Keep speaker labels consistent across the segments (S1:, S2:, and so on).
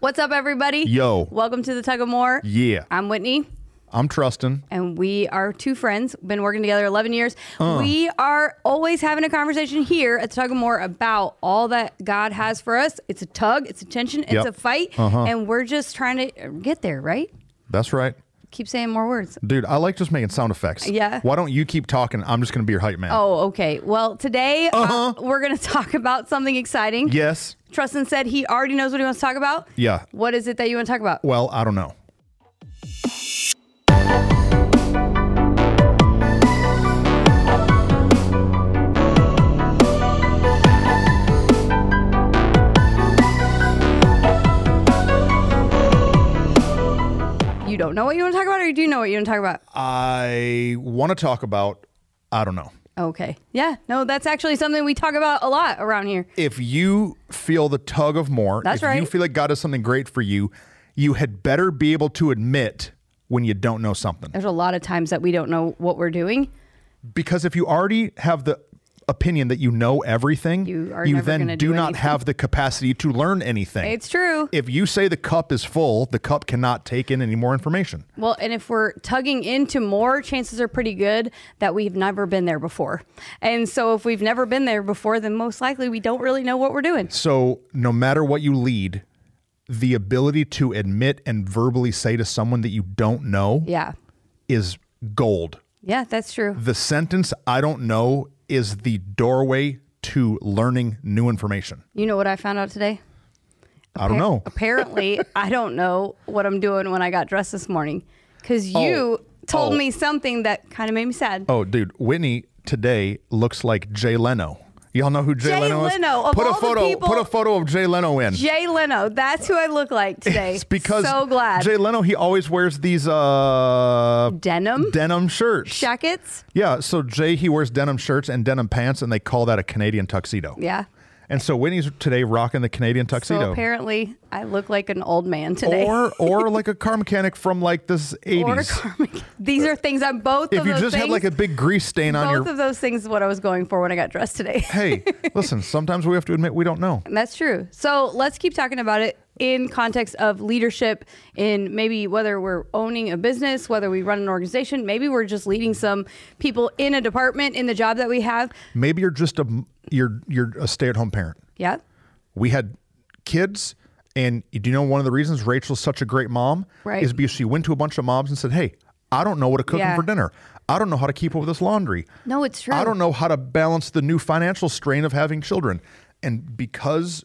S1: What's up, everybody?
S2: Yo.
S1: Welcome to the Tug of War.
S2: Yeah.
S1: I'm Whitney,
S2: I'm trusting.
S1: and we are two friends. Been working together 11 years.
S2: Uh.
S1: We are always having a conversation here at the Tug of War about all that God has for us. It's a tug, it's a tension, it's
S2: Yep.
S1: a fight,
S2: Uh-huh.
S1: and we're just trying to get there, right?
S2: That's right.
S1: Keep saying more words.
S2: Dude, I like just making sound effects.
S1: Yeah.
S2: Why don't you keep talking? I'm just going to be your hype man.
S1: Oh, okay. Well, today uh,
S2: Uh-huh.
S1: we're going to talk about something exciting.
S2: Yes.
S1: Tristan said he already knows what he wants to talk about.
S2: Yeah.
S1: What is it that you want to talk about?
S2: Well, I don't know.
S1: You don't know what you want to talk about, or you do know what you want to talk about?
S2: I want to talk about, I don't know.
S1: Okay. Yeah. No, that's actually something we talk about a lot around here.
S2: If you feel the tug of more,
S1: That's
S2: if you
S1: right.
S2: feel like God has something great for you, you had better be able to admit when you don't know something.
S1: There's a lot of times that we don't know what we're doing.
S2: because if you already have the opinion that you know everything,
S1: You are never
S2: then
S1: gonna
S2: do,
S1: do
S2: not
S1: anything.
S2: have the capacity to learn anything.
S1: It's true.
S2: If you say the cup is full, the cup cannot take in any more information.
S1: Well, and if we're tugging into more, chances are pretty good that we've never been there before. And so if we've never been there before, then most likely we don't really know what we're doing.
S2: So, no matter what you lead, the ability to admit and verbally say to someone that you don't know
S1: Yeah.
S2: is gold.
S1: Yeah, that's true.
S2: The sentence, I don't know, is the doorway to learning new information.
S1: You know what I found out today?
S2: I don't know.
S1: Apparently, I don't know what I'm doing when I got dressed this morning because you told
S2: Oh.
S1: me something that kind of made me sad.
S2: Oh, dude, Whitney today looks like Jay Leno. Y'all know who Jay,
S1: Jay
S2: Leno is?
S1: Leno, of
S2: put
S1: all
S2: a
S1: the
S2: photo,
S1: people-
S2: put a photo of Jay Leno in.
S1: Jay Leno, that's who I look like today.
S2: It's because
S1: so glad.
S2: Jay Leno he always wears these uh
S1: Denim
S2: denim shirts.
S1: jackets.
S2: yeah, so Jay he wears denim shirts and denim pants and they call that a Canadian tuxedo.
S1: Yeah.
S2: And so Whitney's today rocking the Canadian
S1: So
S2: tuxedo.
S1: apparently, I look like an old man today.
S2: or or like a car mechanic from like this
S1: Or
S2: 80s.
S1: Carmen. These are things I'm both.
S2: if
S1: of
S2: you
S1: those
S2: just
S1: things,
S2: had like a big grease stain on
S1: both
S2: your
S1: of those things is what I was going for when I got dressed today.
S2: Hey, listen, sometimes we have to admit we don't know.
S1: And That's true. So let's keep talking about it in context of leadership in maybe whether we're owning a business, whether we run an organization, maybe we're just leading some people in a department in the job that we have.
S2: Maybe you're just a you're you're a stay-at-home parent.
S1: Yeah.
S2: we had kids and do you know one of the reasons rachel's such a great mom
S1: Right.
S2: is because she went to a bunch of moms and said hey i don't know what to cook 'em
S1: Yeah.
S2: for dinner i don't know how to keep up with this laundry
S1: No, it's true.
S2: i don't know how to balance the new financial strain of having children and because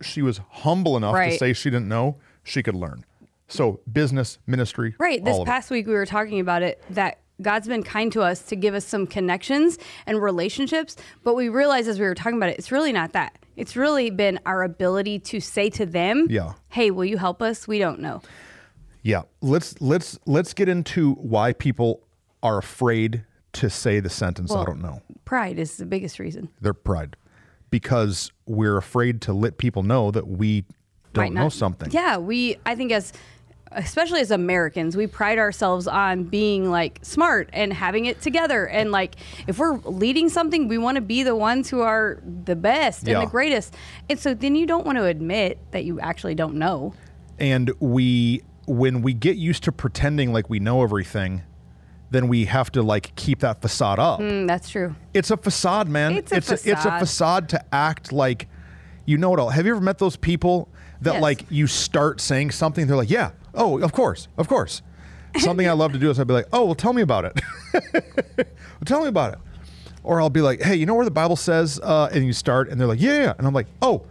S2: she was humble enough to
S1: Right.
S2: say she didn't know she could learn so business ministry
S1: Right. This
S2: all of it.
S1: past week we were talking about it that God's been kind to us to give us some connections and relationships, but we realized as we were talking about it, it's really not that. It's really been our ability to say to them,
S2: Yeah.
S1: "Hey, will you help us? We don't know."
S2: yeah let's let's let's get into why people are afraid to say the sentence i
S1: Well-
S2: don't know
S1: Pride is the biggest reason.
S2: their pride because we're afraid to let people know that we
S1: Might
S2: don't
S1: not-
S2: know something.
S1: Yeah, we I think as especially as Americans, we pride ourselves on being like smart and having it together and like if we're leading something, we want to be the ones who are the best
S2: Yeah.
S1: and the greatest. And so then you don't want to admit that you actually don't know.
S2: And we when we get used to pretending like we know everything, then we have to like keep that facade up.
S1: Mm, that's true.
S2: It's a facade, man.
S1: It's a
S2: it's a
S1: facade.
S2: facade to act like you know it all. Have you ever met those people that
S1: Yes.
S2: like you start saying something, they're like, Yeah, oh, of course, of course. Something I love to do is I'd be like, Oh, well tell me about it. well, tell me about it. Or I'll be like, Hey, you know where the Bible says uh, and you start and they're like, Yeah, yeah. And I'm like, Oh,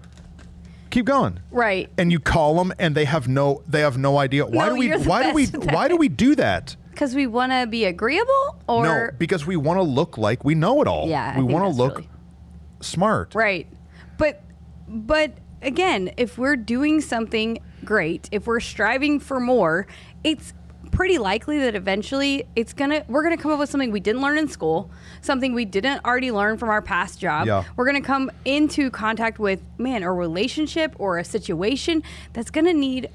S2: keep going.
S1: Right.
S2: And you call them and they have no they have no idea. Why
S1: No,
S2: do we
S1: you're the
S2: why do we
S1: best at that.
S2: why do we do that?
S1: Cuz we want to be agreeable
S2: no,
S1: or
S2: because we want to look like we know it all.
S1: Yeah, I
S2: we
S1: think
S2: want to
S1: that's
S2: look
S1: really-
S2: smart.
S1: Right. But but again, if we're doing something great, if we're striving for more, it's pretty likely that eventually it's gonna we're gonna come up with something we didn't learn in school, something we didn't already learn from our past job.
S2: Yeah.
S1: We're gonna come into contact with man, a relationship or a situation that's gonna need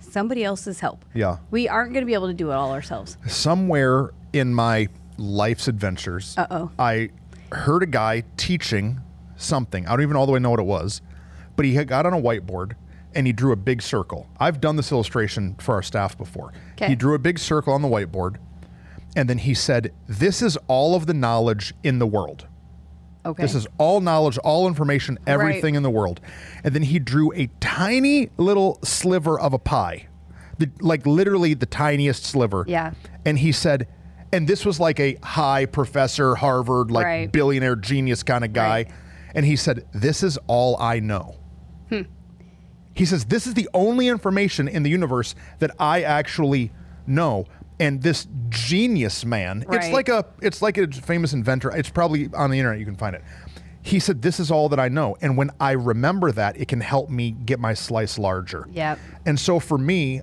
S1: somebody else's help.
S2: Yeah.
S1: We aren't gonna be able to do it all ourselves.
S2: Somewhere in my life's adventures,
S1: Uh-oh.
S2: I heard a guy teaching something. I don't even all the way know what it was, but he had got on a whiteboard and he drew a big circle. I've done this illustration for our staff before.
S1: 'Kay.
S2: He drew a big circle on the whiteboard, and then he said, This is all of the knowledge in the world.
S1: Okay.
S2: This is all knowledge, all information, everything in the world. And then he drew a tiny little sliver of a pie, the, like literally the tiniest sliver.
S1: Yeah.
S2: And he said, and this was like a high professor, Harvard, like
S1: Right.
S2: billionaire genius kind of guy.
S1: Right.
S2: And he said, this is all I know. He says, This is the only information in the universe that I actually know. And this genius man, it's
S1: Right.
S2: like a it's like a famous inventor. It's probably on the internet, you can find it. He said, This is all that I know. And when I remember that, it can help me get my slice larger.
S1: Yep.
S2: And so for me,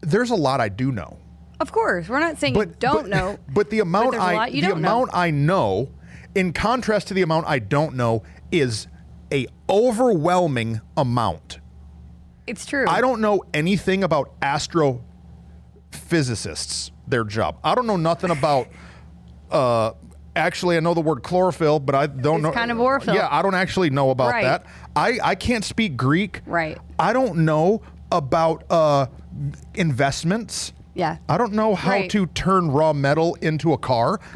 S2: there's a lot I do know.
S1: of course, we're not saying you don't know.
S2: But the amount
S1: there's a
S2: I
S1: lot you
S2: the
S1: don't know.
S2: amount I know, in contrast to the amount I don't know, is a overwhelming amount.
S1: It's true.
S2: I don't know anything about astrophysicists, their job. I don't know nothing about. Uh, actually, I know the word chlorophyll, but I don't
S1: It's
S2: know.
S1: kind of chlorophyll.
S2: Yeah, I don't actually know about
S1: Right.
S2: that. I, I can't speak Greek.
S1: Right.
S2: I don't know about uh, investments.
S1: Yeah.
S2: I don't know how
S1: Right.
S2: to turn raw metal into a car.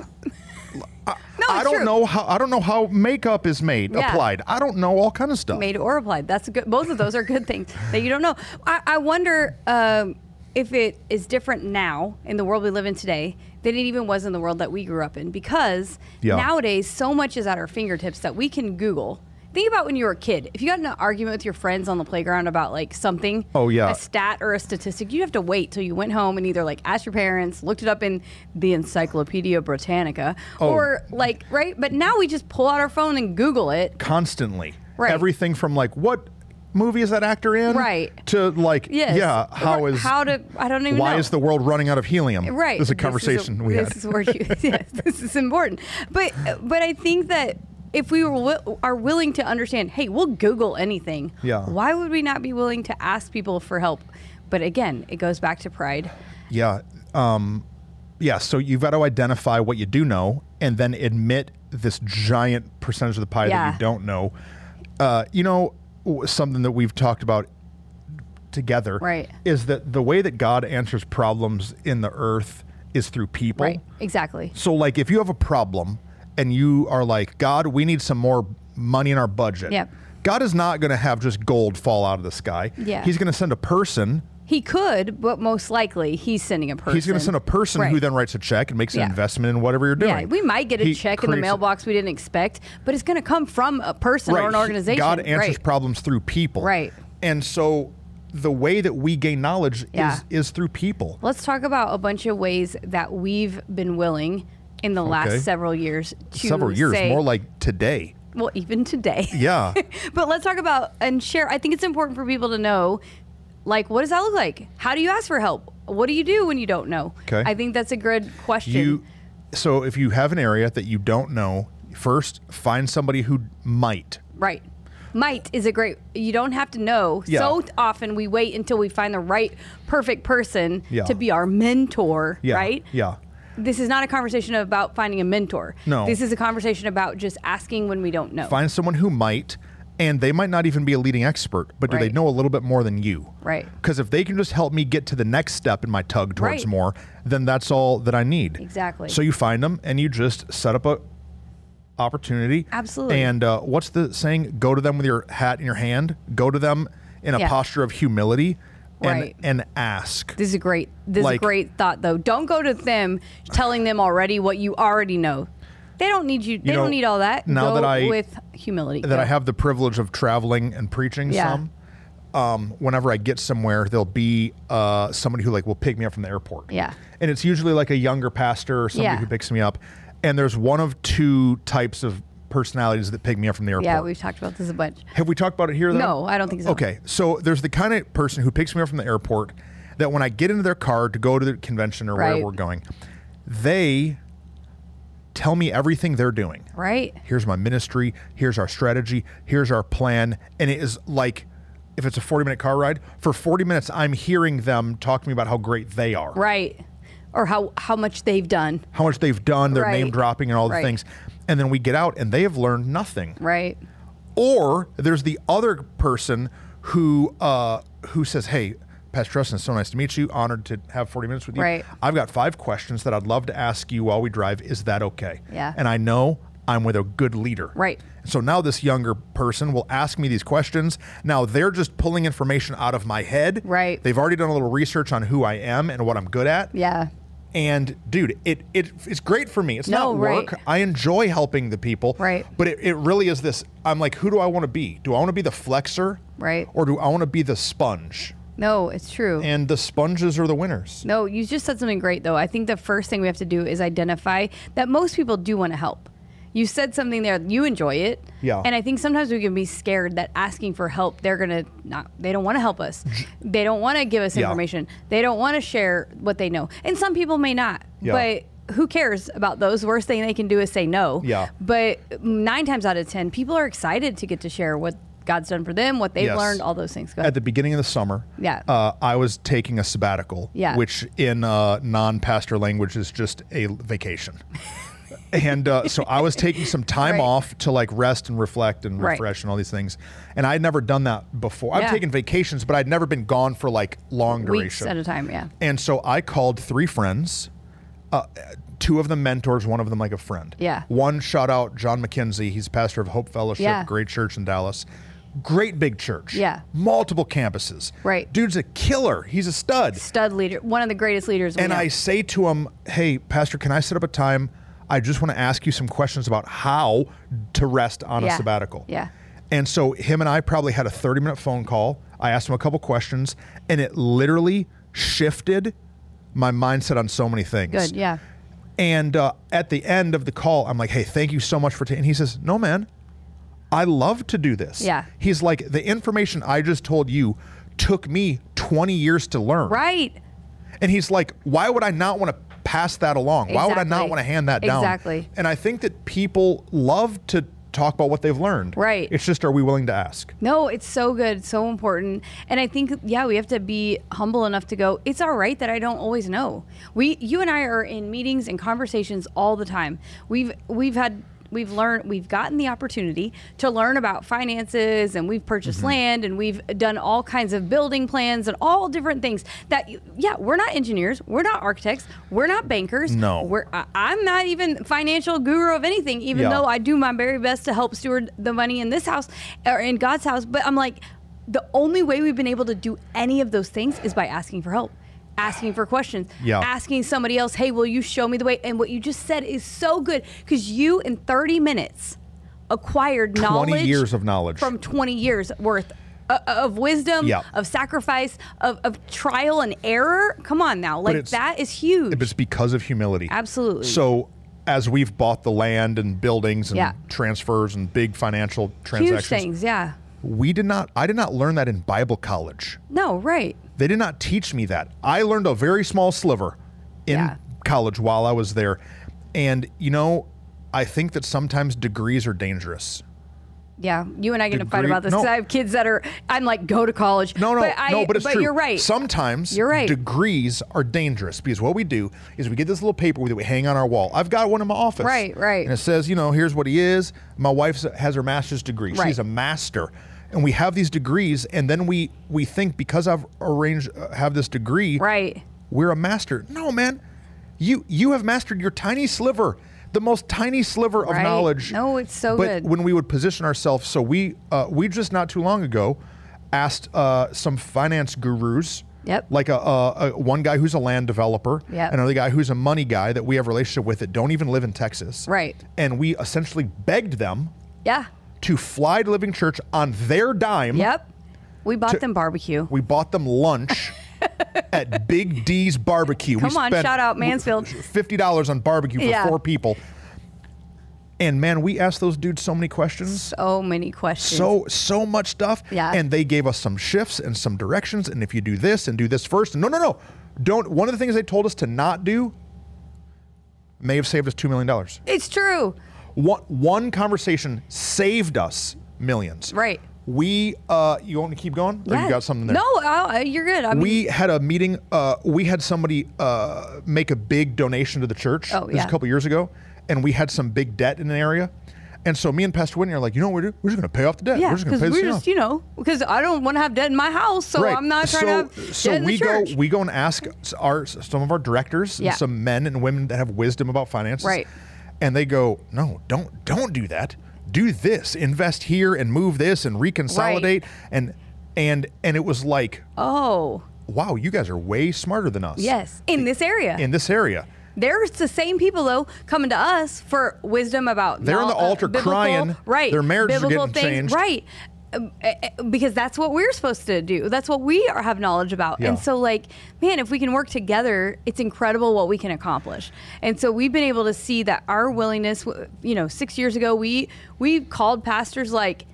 S1: No,
S2: I
S1: it's
S2: don't
S1: true.
S2: know how I don't know how makeup is made,
S1: Yeah.
S2: applied. I don't know all kind of stuff.
S1: made or applied. That's a good. Both of those are good things that you don't know. I, I wonder um, if it is different now in the world we live in today than it even was in the world that we grew up in, because
S2: Yeah.
S1: nowadays so much is at our fingertips that we can Google. Think about when you were a kid. If you got in an argument with your friends on the playground about like something,
S2: Oh, yeah.
S1: a stat or a statistic, you'd have to wait till you went home and either like asked your parents, looked it up in the Encyclopedia Britannica,
S2: Oh.
S1: or like right. But now we just pull out our phone and Google it,
S2: constantly.
S1: Right.
S2: Everything from like what movie is that actor in?
S1: Right.
S2: To like
S1: Yes.
S2: yeah, how
S1: Or
S2: is
S1: how to? I don't even
S2: why
S1: know.
S2: is the world running out of helium?
S1: right?
S2: This is a
S1: This
S2: conversation we
S1: this
S2: had.
S1: Is where you, yes, this is important. But but I think that if we were wi- are willing to understand, hey, we'll Google anything.
S2: Yeah.
S1: Why would we not be willing to ask people for help? But again, it goes back to pride.
S2: yeah. Um yeah, so you've got to identify what you do know and then admit this giant percentage of the pie that
S1: Yeah.
S2: you don't know. Uh, you know, w- something that we've talked about together
S1: Right.
S2: is that the way that God answers problems in the earth is through people.
S1: Right. Exactly.
S2: So, like, if you have a problem and you are like, God, we need some more money in our budget.
S1: Yep.
S2: God is not going to have just gold fall out of the sky.
S1: Yeah.
S2: He's going to send a person.
S1: He could, but most likely he's sending a person.
S2: He's going to send a person who
S1: Right.
S2: then writes a check and makes
S1: Yeah.
S2: an investment in whatever you're doing.
S1: Yeah, we might get a
S2: He
S1: check in the
S2: creates-
S1: mailbox we didn't expect, but it's going to come from a person
S2: Right.
S1: or an organization.
S2: God answers
S1: right.
S2: problems through people.
S1: Right.
S2: And so the way that we gain knowledge
S1: Yeah.
S2: is, is through people.
S1: Let's talk about a bunch of ways that we've been willing in the
S2: Okay.
S1: last several years to
S2: Several years,
S1: say-
S2: more like today.
S1: well, even today.
S2: Yeah.
S1: but let's talk about and share. I think it's important for people to know, like, what does that look like? How do you ask for help? What do you do when you don't know?
S2: 'Kay.
S1: I think that's a good question.
S2: You so if you have an area that you don't know, first find somebody who might.
S1: right. Might is a great. You don't have to know.
S2: Yeah.
S1: So often we wait until we find the right, perfect person
S2: Yeah.
S1: to be our mentor.
S2: Yeah.
S1: Right.
S2: Yeah.
S1: This is not a conversation about finding a mentor.
S2: No.
S1: This is a conversation about just asking when we don't know.
S2: Find someone who might and they might not even be a leading expert, but do they
S1: Right.
S2: know a little bit more than you?
S1: Right.
S2: Because if they can just help me get to the next step in my tug towards
S1: Right.
S2: more, then that's all that I need.
S1: Exactly.
S2: So you find them and you just set up a opportunity.
S1: Absolutely.
S2: And uh, what's the saying? Go to them with your hat in your hand. Go to them in a
S1: Yeah.
S2: posture of humility and
S1: Right.
S2: and ask.
S1: This is a great. This is
S2: Like-
S1: a great thought, though. Don't go to them telling them already what you already know. They don't need you. they
S2: know,
S1: don't need all that.
S2: now
S1: go
S2: that I-
S1: with humility.
S2: that
S1: Go.
S2: I have the privilege of traveling and preaching
S1: Yeah.
S2: some. Um, whenever I get somewhere, there'll be uh, somebody who like will pick me up from the airport.
S1: Yeah.
S2: and it's usually like a younger pastor or somebody
S1: Yeah.
S2: who picks me up. And there's one of two types of personalities that pick me up from the airport.
S1: Yeah, we've talked about this a bunch.
S2: Have we talked about it here? Though?
S1: No, I don't think so.
S2: Okay, so there's the kind of person who picks me up from the airport that when I get into their car to go to the convention or
S1: Right.
S2: where we're going, they tell me everything they're doing
S1: Right.
S2: here's my ministry, here's our strategy, here's our plan. And it is like, if it's a 40 minute car ride, for 40 minutes, I'm hearing them talk to me about how great they are,
S1: Right. Or how how much they've done.
S2: how much they've done, their
S1: Right.
S2: name dropping, and all the
S1: Right.
S2: things. And then we get out and they have learned nothing.
S1: Right.
S2: Or there's the other person who uh, who says, "Hey, Pastor Treston, so nice to meet you. Honored to have 40 minutes with you.
S1: Right.
S2: I've got five questions that I'd love to ask you while we drive. Is that okay?"
S1: Yeah.
S2: And I know I'm with a good leader.
S1: Right.
S2: So now this younger person will ask me these questions. Now they're just pulling information out of my head.
S1: Right.
S2: They've already done a little research on who I am and what I'm good at.
S1: Yeah.
S2: And dude, it, it it's great for me. It's
S1: No,
S2: not
S1: right.
S2: work. I enjoy helping the people.
S1: Right.
S2: But it, it really is this I'm like, who do I want to be? Do I want to be the flexor?
S1: Right.
S2: Or do I want to be the sponge?
S1: No, it's true.
S2: And the sponges are the winners.
S1: No, you just said something great though. I think the first thing we have to do is identify that most people do want to help. You said something there. You enjoy it.
S2: Yeah.
S1: And I think sometimes we can be scared that asking for help, they're gonna not. They don't want to help us. They don't want to give us
S2: Yeah.
S1: information. They don't want to share what they know. And some people may not.
S2: Yeah.
S1: But who cares about those? Worst thing they can do is say no.
S2: Yeah.
S1: But nine times out of ten, people are excited to get to share what God's done for them, what they've
S2: Yes.
S1: learned, all those things. Go
S2: At
S1: ahead.
S2: the beginning of the summer,
S1: Yeah.
S2: uh, I was taking a sabbatical,
S1: Yeah.
S2: which in uh, non pastor language is just a vacation. and uh, so I was taking some time
S1: Right.
S2: off to like rest and reflect and
S1: Right.
S2: refresh and all these things. And I'd never done that before. I've
S1: Yeah.
S2: taken vacations, but I'd never been gone for like long
S1: Weeks
S2: duration.
S1: at a time. Yeah.
S2: And so I called three friends, uh, two of them mentors, one of them like a friend.
S1: Yeah.
S2: One shout out John McKenzie. He's pastor of Hope Fellowship,
S1: Yeah.
S2: great church in Dallas. Great big church.
S1: Yeah.
S2: Multiple campuses.
S1: Right.
S2: Dude's a killer. He's a stud.
S1: stud leader, one of the greatest leaders. We
S2: And
S1: know.
S2: I say to him, hey, Pastor, can I set up a time? I just want to ask you some questions about how to rest on
S1: Yeah.
S2: a sabbatical.
S1: Yeah.
S2: And so him and I probably had a 30 minute phone call. I asked him a couple questions, and it literally shifted my mindset on so many things.
S1: good, yeah,
S2: And uh, at the end of the call, I'm like, hey, thank you so much for taking. And he says, no, man, I love to do this.
S1: Yeah.
S2: He's like, the information I just told you took me 20 years to learn.
S1: right.
S2: And he's like, why would I not want to pass that along? Why would I
S1: Exactly.
S2: not want to hand that down?
S1: Exactly.
S2: And I think that people love to talk about what they've learned.
S1: Right.
S2: It's just, are we willing to ask?
S1: No, it's so good, so important. And I think, yeah, we have to be humble enough to go, it's all right that I don't always know. We you and I are in meetings and conversations all the time. We've we've had we've learned we've gotten the opportunity to learn about finances and we've purchased land and we've done all kinds of building plans and all different things that yeah we're not engineers we're not architects we're not bankers
S2: No.
S1: we're I, i'm not even financial guru of anything even
S2: Yeah.
S1: though i do my very best to help steward the money in this house or in God's house. But I'm like, the only way we've been able to do any of those things is by asking for help, asking for questions,
S2: Yeah.
S1: asking somebody else, hey, will you show me the way? And what you just said is so good because you, in 30 minutes, acquired
S2: 20
S1: knowledge
S2: years of knowledge.
S1: from 20 years worth o- of wisdom,
S2: Yeah.
S1: of sacrifice, of, of trial and error. Come on now. Like,
S2: it's-
S1: that is huge.
S2: But it's because of humility.
S1: Absolutely.
S2: So as we've bought the land and buildings and
S1: Yeah.
S2: transfers and big financial
S1: Huge
S2: transactions,
S1: things. Yeah.
S2: we did not I did not learn that in Bible college.
S1: No, right.
S2: They did not teach me that. I learned a very small sliver in
S1: Yeah.
S2: college while I was there. And you know, I think that sometimes degrees are dangerous.
S1: Yeah, you and I get to fight
S2: Degree-
S1: about this
S2: no.
S1: because I have kids that are. I'm like, go to college.
S2: No, no,
S1: but I,
S2: no, but it's true.
S1: you're right.
S2: Sometimes
S1: You're right.
S2: degrees are dangerous because what we do is we get this little paper that we hang on our wall. I've got one in my office.
S1: Right, right.
S2: And it says, you know, here's what he is. My wife has her master's degree.
S1: Right.
S2: She's a master. And we have these degrees, and then we we think because I've arranged uh, have this degree,
S1: right.
S2: we're a master. No, man, you you have mastered your tiny sliver, the most tiny sliver of
S1: Right.
S2: knowledge.
S1: No, it's so
S2: but
S1: good.
S2: When we would position ourselves, so we uh, we just not too long ago asked uh, some finance gurus.
S1: Yep.
S2: Like a, a, a one guy who's a land developer,
S1: Yep.
S2: another guy who's a money guy that we have a relationship with that don't even live in Texas,
S1: Right.
S2: And we essentially begged them
S1: Yeah.
S2: to fly to Living Church on their dime.
S1: Yep. We bought them barbecue.
S2: We bought them lunch at Big D's Barbecue.
S1: Come
S2: we
S1: on, shout out Mansfield.
S2: Fifty dollars on barbecue for
S1: Yeah.
S2: four people. And man, we asked those dudes so many questions.
S1: So many questions.
S2: So so much stuff.
S1: Yeah.
S2: And they gave us some shifts and some directions. And if you do this and do this first, and no no no. Don't one of the things they told us to not do may have saved us two million dollars.
S1: it's true.
S2: One one conversation saved us millions.
S1: Right.
S2: We uh you want me to keep going? Or
S1: Yeah.
S2: you got something there?
S1: No, I, I- you're good. I mean,
S2: we had a meeting. Uh, we had somebody uh, make a big donation to the church.
S1: Oh,
S2: This was
S1: yeah.
S2: a couple years ago, and we had some big debt in an area, And so me and Pastor Whitney are like, you know what we're, we're just going to pay off the debt.
S1: Yeah,
S2: we're just going
S1: because
S2: to pay
S1: we're
S2: this thing
S1: just,
S2: off.
S1: you know, because I don't want to have debt in my house, so I'm not trying to have
S2: so
S1: debt in
S2: we
S1: the church.
S2: go we go and ask our some of our directors
S1: Yeah.
S2: and some men and women that have wisdom about finances
S1: Right.
S2: and they go no don't don't do that do this invest here and move this and reconsolidate and and and it was like
S1: oh,
S2: wow you guys are way smarter than us
S1: yes, in this area.
S2: in this area
S1: There's the same people though coming to us for wisdom about
S2: They're on
S1: law-
S2: the altar
S1: biblical-
S2: crying.
S1: right?
S2: Their marriages are
S1: biblical
S2: getting
S1: things,
S2: changed.
S1: right? Um, eh, eh, Because that's what we're supposed to do. That's what we are, have knowledge about.
S2: Yeah.
S1: And so, like, man, if we can work together, it's incredible what we can accomplish. And so, we've been able to see that our willingness. w- You know, six years ago, we we called pastors like,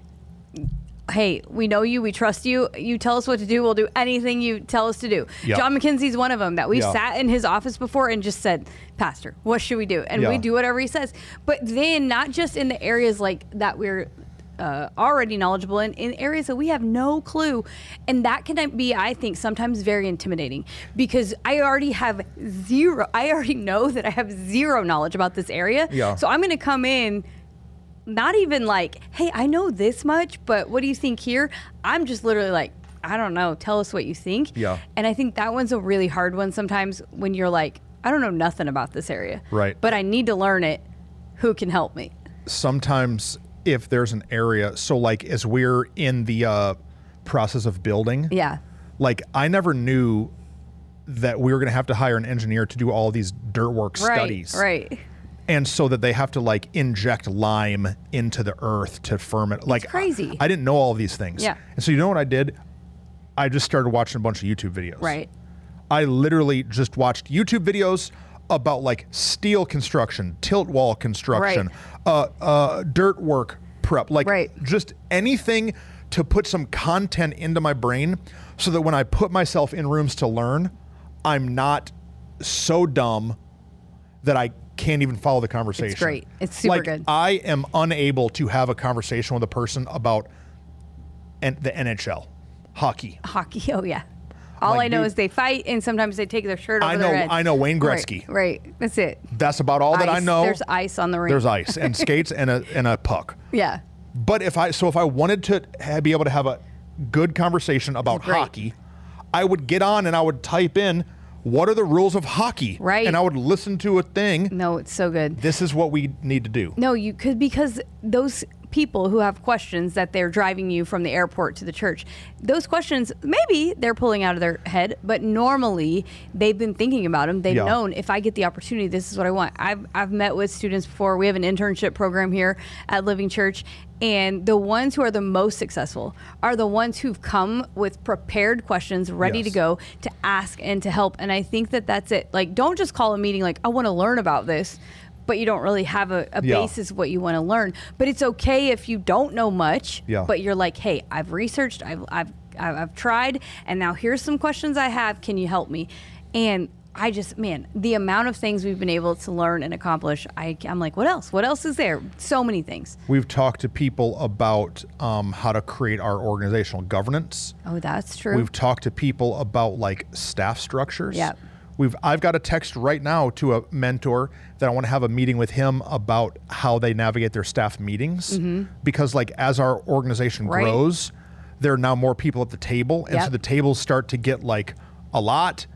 S1: "Hey, we know you. We trust you. You tell us what to do. We'll do anything you tell us to do."
S2: Yeah.
S1: John McKenzie's one of them that we
S2: Yeah.
S1: sat in his office before and just said, Pastor, what should we do? And we
S2: Yeah.
S1: do whatever he says. But then, not just in the areas like that we're uh, already knowledgeable in, in areas that we have no clue. And that can be, I think, sometimes very intimidating because I already have zero, I already know that I have zero knowledge about this area.
S2: Yeah.
S1: So I'm going to come in not even like, hey, I know this much, but what do you think here? I'm just literally like, I don't know. Tell us what you think.
S2: Yeah.
S1: And I think that one's a really hard one sometimes when you're like, I don't know nothing about this area.
S2: Right.
S1: But I need to learn it. Who can help me?
S2: sometimes if there's an area so like as we're in the uh process of building
S1: Yeah.
S2: like I never knew that we were going to have to hire an engineer to do all these dirt work studies.
S1: Right. Right.
S2: And so that they have to like inject lime into the earth to firm it. Like
S1: crazy.
S2: I, I didn't know all these things.
S1: Yeah.
S2: And so you know what I did? I just started watching a bunch of YouTube videos.
S1: Right.
S2: I literally just watched YouTube videos about like steel construction, tilt wall construction, uh, uh, dirt work prep, like
S1: Right.
S2: just anything to put some content into my brain so that when I put myself in rooms to learn, I'm not so dumb that I can't even follow the conversation.
S1: great. It's super
S2: like,
S1: good.
S2: I am unable to have a conversation with a person about N- the NHL, hockey.
S1: Hockey. Oh, yeah. All
S2: Like,
S1: I know
S2: dude-
S1: is they fight and sometimes they take their shirt off.
S2: I
S1: Their
S2: know-
S1: head.
S2: I know Wayne
S1: Right,
S2: Gretzky.
S1: Right. That's it.
S2: That's about all that I
S1: Ice.
S2: know.
S1: There's ice on the ring.
S2: There's ice and skates and a and a puck.
S1: Yeah.
S2: But if I so if I wanted to ha- be able to have a good conversation about
S1: Great.
S2: hockey, I would get on and I would type in what are the rules of hockey,
S1: Right.
S2: And I would listen to a thing.
S1: No, it's so good.
S2: This is what we need to do.
S1: No, you could because those people who have questions that they're driving you from the airport to the church, those questions maybe they're pulling out of their head, but normally they've been thinking about them. They've
S2: Yeah.
S1: known if I get the opportunity, this is what I want. I've I've met with students before. We have an internship program here at Living Church. And the ones who are the most successful are the ones who've come with prepared questions ready to
S2: Yes.
S1: go to ask and to help. And I think that that's it. Like, don't just call a meeting like, I want to learn about this, but you don't really have a, a
S2: Yeah.
S1: basis of what you want to learn. But it's okay if you don't know much,
S2: Yeah.
S1: but you're like, hey, I've researched, I've, I've, I've I've tried, and now here's some questions I have. Can you help me? And I just, man, the amount of things we've been able to learn and accomplish, I, I'm like, what else? What else is there? So many things.
S2: We've talked to people about um, how to create our organizational governance.
S1: Oh, that's true.
S2: We've talked to people about like staff structures.
S1: Yep.
S2: We've I've got a text right now to a mentor that I want to have a meeting with him about how they navigate their staff meetings because like as our organization
S1: Mm-hmm. Right.
S2: grows, there are now more people at the table and so
S1: Yep.
S2: the tables start to get like a lot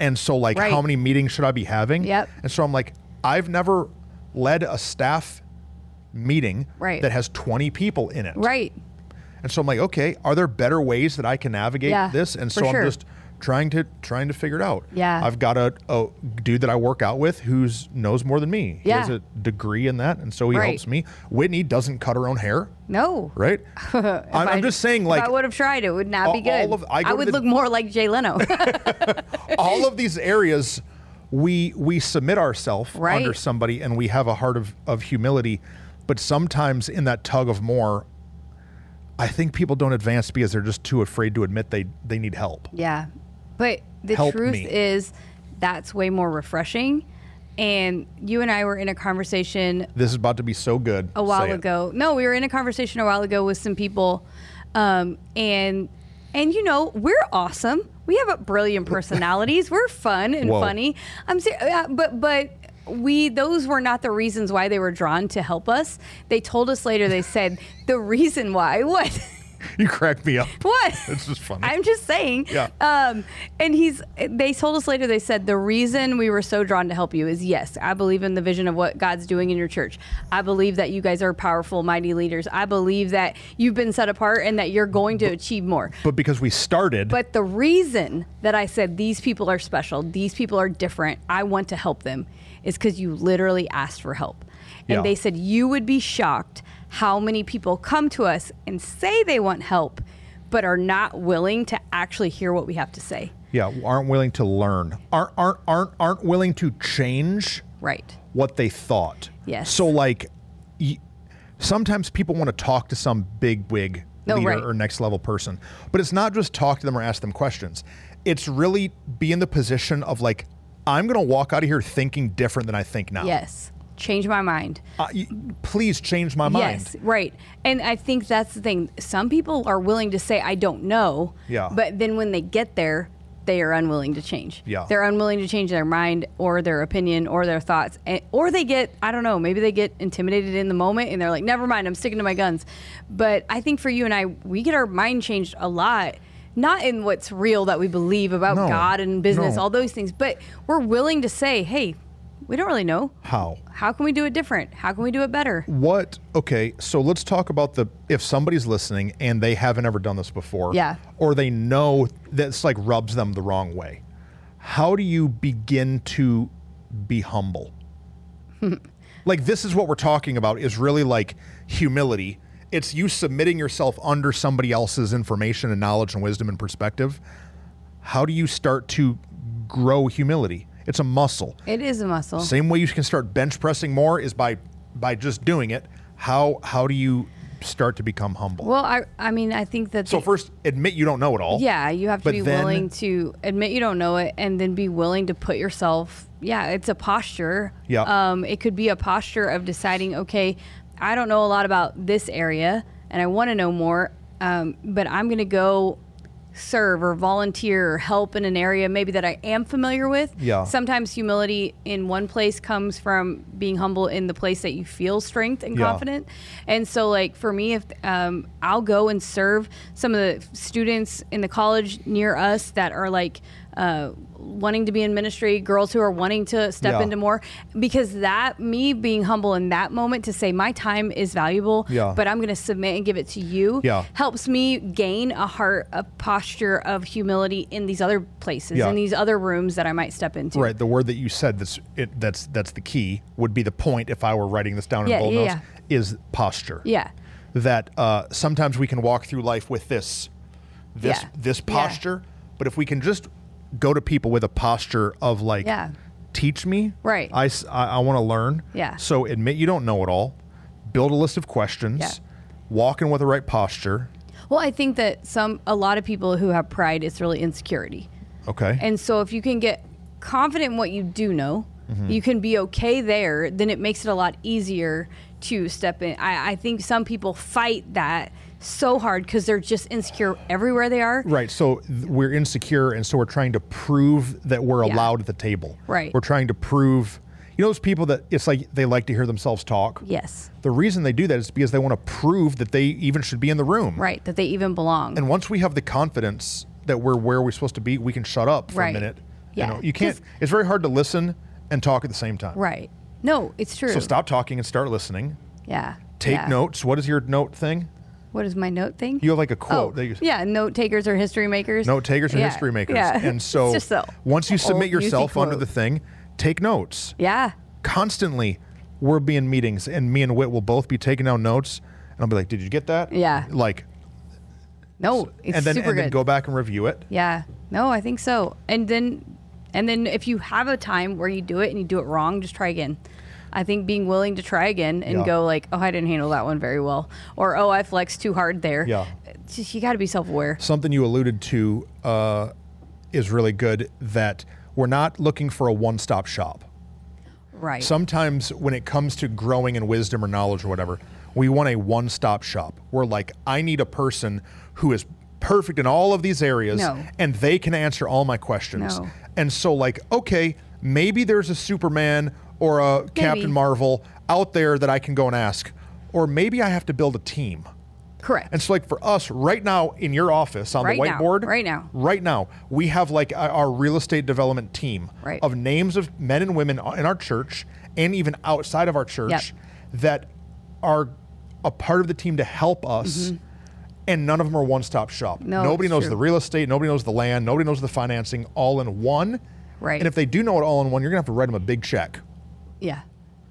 S2: and so like how
S1: Right.
S2: many meetings should I be having?
S1: Yep.
S2: And so I'm like I've never led a staff meeting
S1: Right.
S2: that has 20 people in it.
S1: right.
S2: And so I'm like, okay, are there better ways that I can navigate
S1: Yeah,
S2: this? And
S1: for
S2: so I'm
S1: sure.
S2: just trying to trying to figure it out.
S1: Yeah.
S2: I've got a, a dude that I work out with who's knows more than me. He has
S1: Yeah.
S2: a degree in that, and so he
S1: Right.
S2: helps me. Whitney doesn't cut her own hair,
S1: No.
S2: right? I'm, I'm
S1: I-
S2: just saying,
S1: if
S2: like
S1: I would have tried it, would not be
S2: all-
S1: good.
S2: all of- I
S1: I,
S2: go to
S1: would
S2: the-
S1: look more like Jay Leno.
S2: all of these areas, we we submit ourselves
S1: Right.
S2: under somebody, and we have a heart of of humility. But sometimes in that tug of more, I think people don't advance because they're just too afraid to admit they they need help.
S1: yeah, but the
S2: Help
S1: truth
S2: me.
S1: is, that's way more refreshing. And you and I were in a conversation
S2: This is about to be so good.
S1: a while
S2: Say it.
S1: ago. No, we were in a conversation a while ago with some people, um, and and you know we're awesome. We have a brilliant personalities. we're fun and
S2: Whoa.
S1: funny. I'm serious, uh, but but we those were not the reasons why they were drawn to help us. They told us later. They said the reason why what.
S2: You cracked me up.
S1: What?
S2: It's just funny.
S1: I'm just saying.
S2: Yeah.
S1: Um, and he's. They told us later. They said the reason we were so drawn to help you is yes, I believe in the vision of what God's doing in your church. I believe that you guys are powerful, mighty leaders. I believe that you've been set apart and that you're going to achieve more.
S2: But because we started,
S1: But the reason that I said these people are special, these people are different, I want to help them, is because you literally asked for help. And
S2: Yeah.
S1: they said you would be shocked how many people come to us and say they want help, but are not willing to actually hear what we have to say.
S2: yeah, aren't willing to learn, aren't aren't aren't aren't willing to change
S1: Right.
S2: what they thought.
S1: Yes.
S2: So like, y- sometimes people want to talk to some big wig
S1: No,
S2: leader
S1: Oh, right.
S2: or next level person, but it's not just talk to them or ask them questions. It's really be in the position of like, I'm gonna walk out of here thinking different than I think now.
S1: Yes. Change my mind.
S2: Uh, y- please change my mind.
S1: Yes, right. And I think that's the thing. Some people are willing to say, I don't know.
S2: Yeah.
S1: But then when they get there, they are unwilling to change.
S2: Yeah.
S1: They're unwilling to change their mind or their opinion or their thoughts. And, or they get, I don't know, maybe they get intimidated in the moment and they're like, never mind, I'm sticking to my guns. But I think for you and I, we get our mind changed a lot. Not in what's real that we believe about
S2: No,
S1: God and business,
S2: no.
S1: all those things, but we're willing to say, hey, we don't really know.
S2: How?
S1: How can we do it different? How can we do it better?
S2: What? Okay, so let's talk about the if somebody's listening and they haven't ever done this before,
S1: Yeah.
S2: or they know that's like rubs them the wrong way. How do you begin to be humble? like this is what we're talking about is really like humility. It's you submitting yourself under somebody else's information and knowledge and wisdom and perspective. How do you start to grow humility? It's a muscle.
S1: It is a muscle.
S2: Same way you can start bench pressing more is by by just doing it. How how do you start to become humble?
S1: Well, I I mean I think that
S2: so
S1: the-
S2: first, admit you don't know it all.
S1: yeah, you have to
S2: but
S1: be
S2: then-
S1: willing to admit you don't know it and then be willing to put yourself yeah, it's a posture.
S2: Yeah.
S1: Um it could be a posture of deciding, okay, I don't know a lot about this area and I want to know more, um, but I'm going to go serve or volunteer or help in an area maybe that I am familiar with.
S2: Yeah.
S1: Sometimes humility in one place comes from being humble in the place that you feel strength and
S2: Yeah.
S1: confidence. And so, like for me, if um, I'll go and serve some of the students in the college near us that are like uh, wanting to be in ministry, girls who are wanting to step
S2: Yeah.
S1: into more, because that me being humble in that moment to say my time is valuable,
S2: Yeah.
S1: but I'm going to submit and give it to you,
S2: Yeah.
S1: helps me gain a heart, a posture of humility in these other places,
S2: Yeah.
S1: in these other rooms that I might step into.
S2: Right. The word that you said that's it, that's that's the key would be the point if I were writing this down
S1: Yeah,
S2: in bold
S1: yeah,
S2: notes is posture.
S1: Yeah.
S2: That uh, sometimes we can walk through life with this this
S1: Yeah.
S2: this
S1: Yeah.
S2: posture, but if we can just go to people with a posture of like
S1: Yeah.
S2: teach me.
S1: Right.
S2: I s- I, want to learn.
S1: Yeah.
S2: So admit you don't know it all. Build a list of questions.
S1: Yeah.
S2: Walk in with the right posture.
S1: Well, I think that some a lot of people who have pride, it's really insecurity.
S2: Okay.
S1: And so if you can get confident in what you do know,
S2: Mm-hmm.
S1: you can be okay there, then it makes it a lot easier to step in. I, I think some people fight that so hard because they're just insecure everywhere they are.
S2: Right. So th- we're insecure, and so we're trying to prove that we're
S1: Yeah.
S2: allowed at the table.
S1: Right.
S2: We're trying to prove. You know those people that it's like they like to hear themselves talk.
S1: Yes.
S2: The reason they do that is because they want to prove that they even should be in the room.
S1: Right. That they even belong.
S2: And once we have the confidence that we're where we're supposed to be, we can shut up for
S1: Right.
S2: a minute.
S1: Yeah.
S2: You know, you can't.
S1: 'Cause-
S2: It's very hard to listen and talk at the same time.
S1: right. No, it's true.
S2: So stop talking and start listening.
S1: Yeah.
S2: Take
S1: Yeah.
S2: notes. What is your note thing?
S1: What is my note thing?
S2: You have like a
S1: Oh,
S2: quote that you
S1: yeah, note takers or history makers.
S2: note takers or
S1: Yeah,
S2: history makers.
S1: Yeah.
S2: And so
S1: It's just a
S2: once you submit
S1: old youth-y
S2: yourself under
S1: quote.
S2: the thing, take notes.
S1: Yeah.
S2: Constantly we'll be in meetings and me and Wit will both be taking down notes and I'll be like, Did you get that?
S1: Yeah.
S2: Like
S1: No, it's
S2: and then
S1: super
S2: and
S1: good.
S2: then go back and review it.
S1: Yeah. No, I think so. And then and then if you have a time where you do it and you do it wrong, just try again. I think being willing to try again and
S2: Yeah.
S1: go like, "Oh, I didn't handle that one very well," or "Oh, I flexed too hard there."
S2: Yeah.
S1: It's just- you got to be self-aware.
S2: Something you alluded to uh, is really good that we're not looking for a one stop shop.
S1: Right.
S2: sometimes when it comes to growing in wisdom or knowledge or whatever, we want a one stop shop. We're like, I need a person who is perfect in all of these areas
S1: No.
S2: and they can answer all my questions.
S1: No.
S2: And so, like, okay, maybe there's a Superman or a Captain
S1: Maybe.
S2: Marvel out there that I can go and ask. Or maybe I have to build a team.
S1: Correct.
S2: And so, like for us right now in your office on the
S1: Right now,
S2: whiteboard,
S1: right now.
S2: right now, we have like our- our real estate development team
S1: Right.
S2: of names of men and women in our church and even outside of our church
S1: Yep.
S2: that are a part of the team to help us. And none of them are one stop shop.
S1: Mm-hmm. No,
S2: nobody
S1: it's
S2: knows
S1: true.
S2: the real estate, nobody knows the land, nobody knows the financing all in one.
S1: Right.
S2: And if they do know it all in one, you're going to have to write them a big check.
S1: yeah.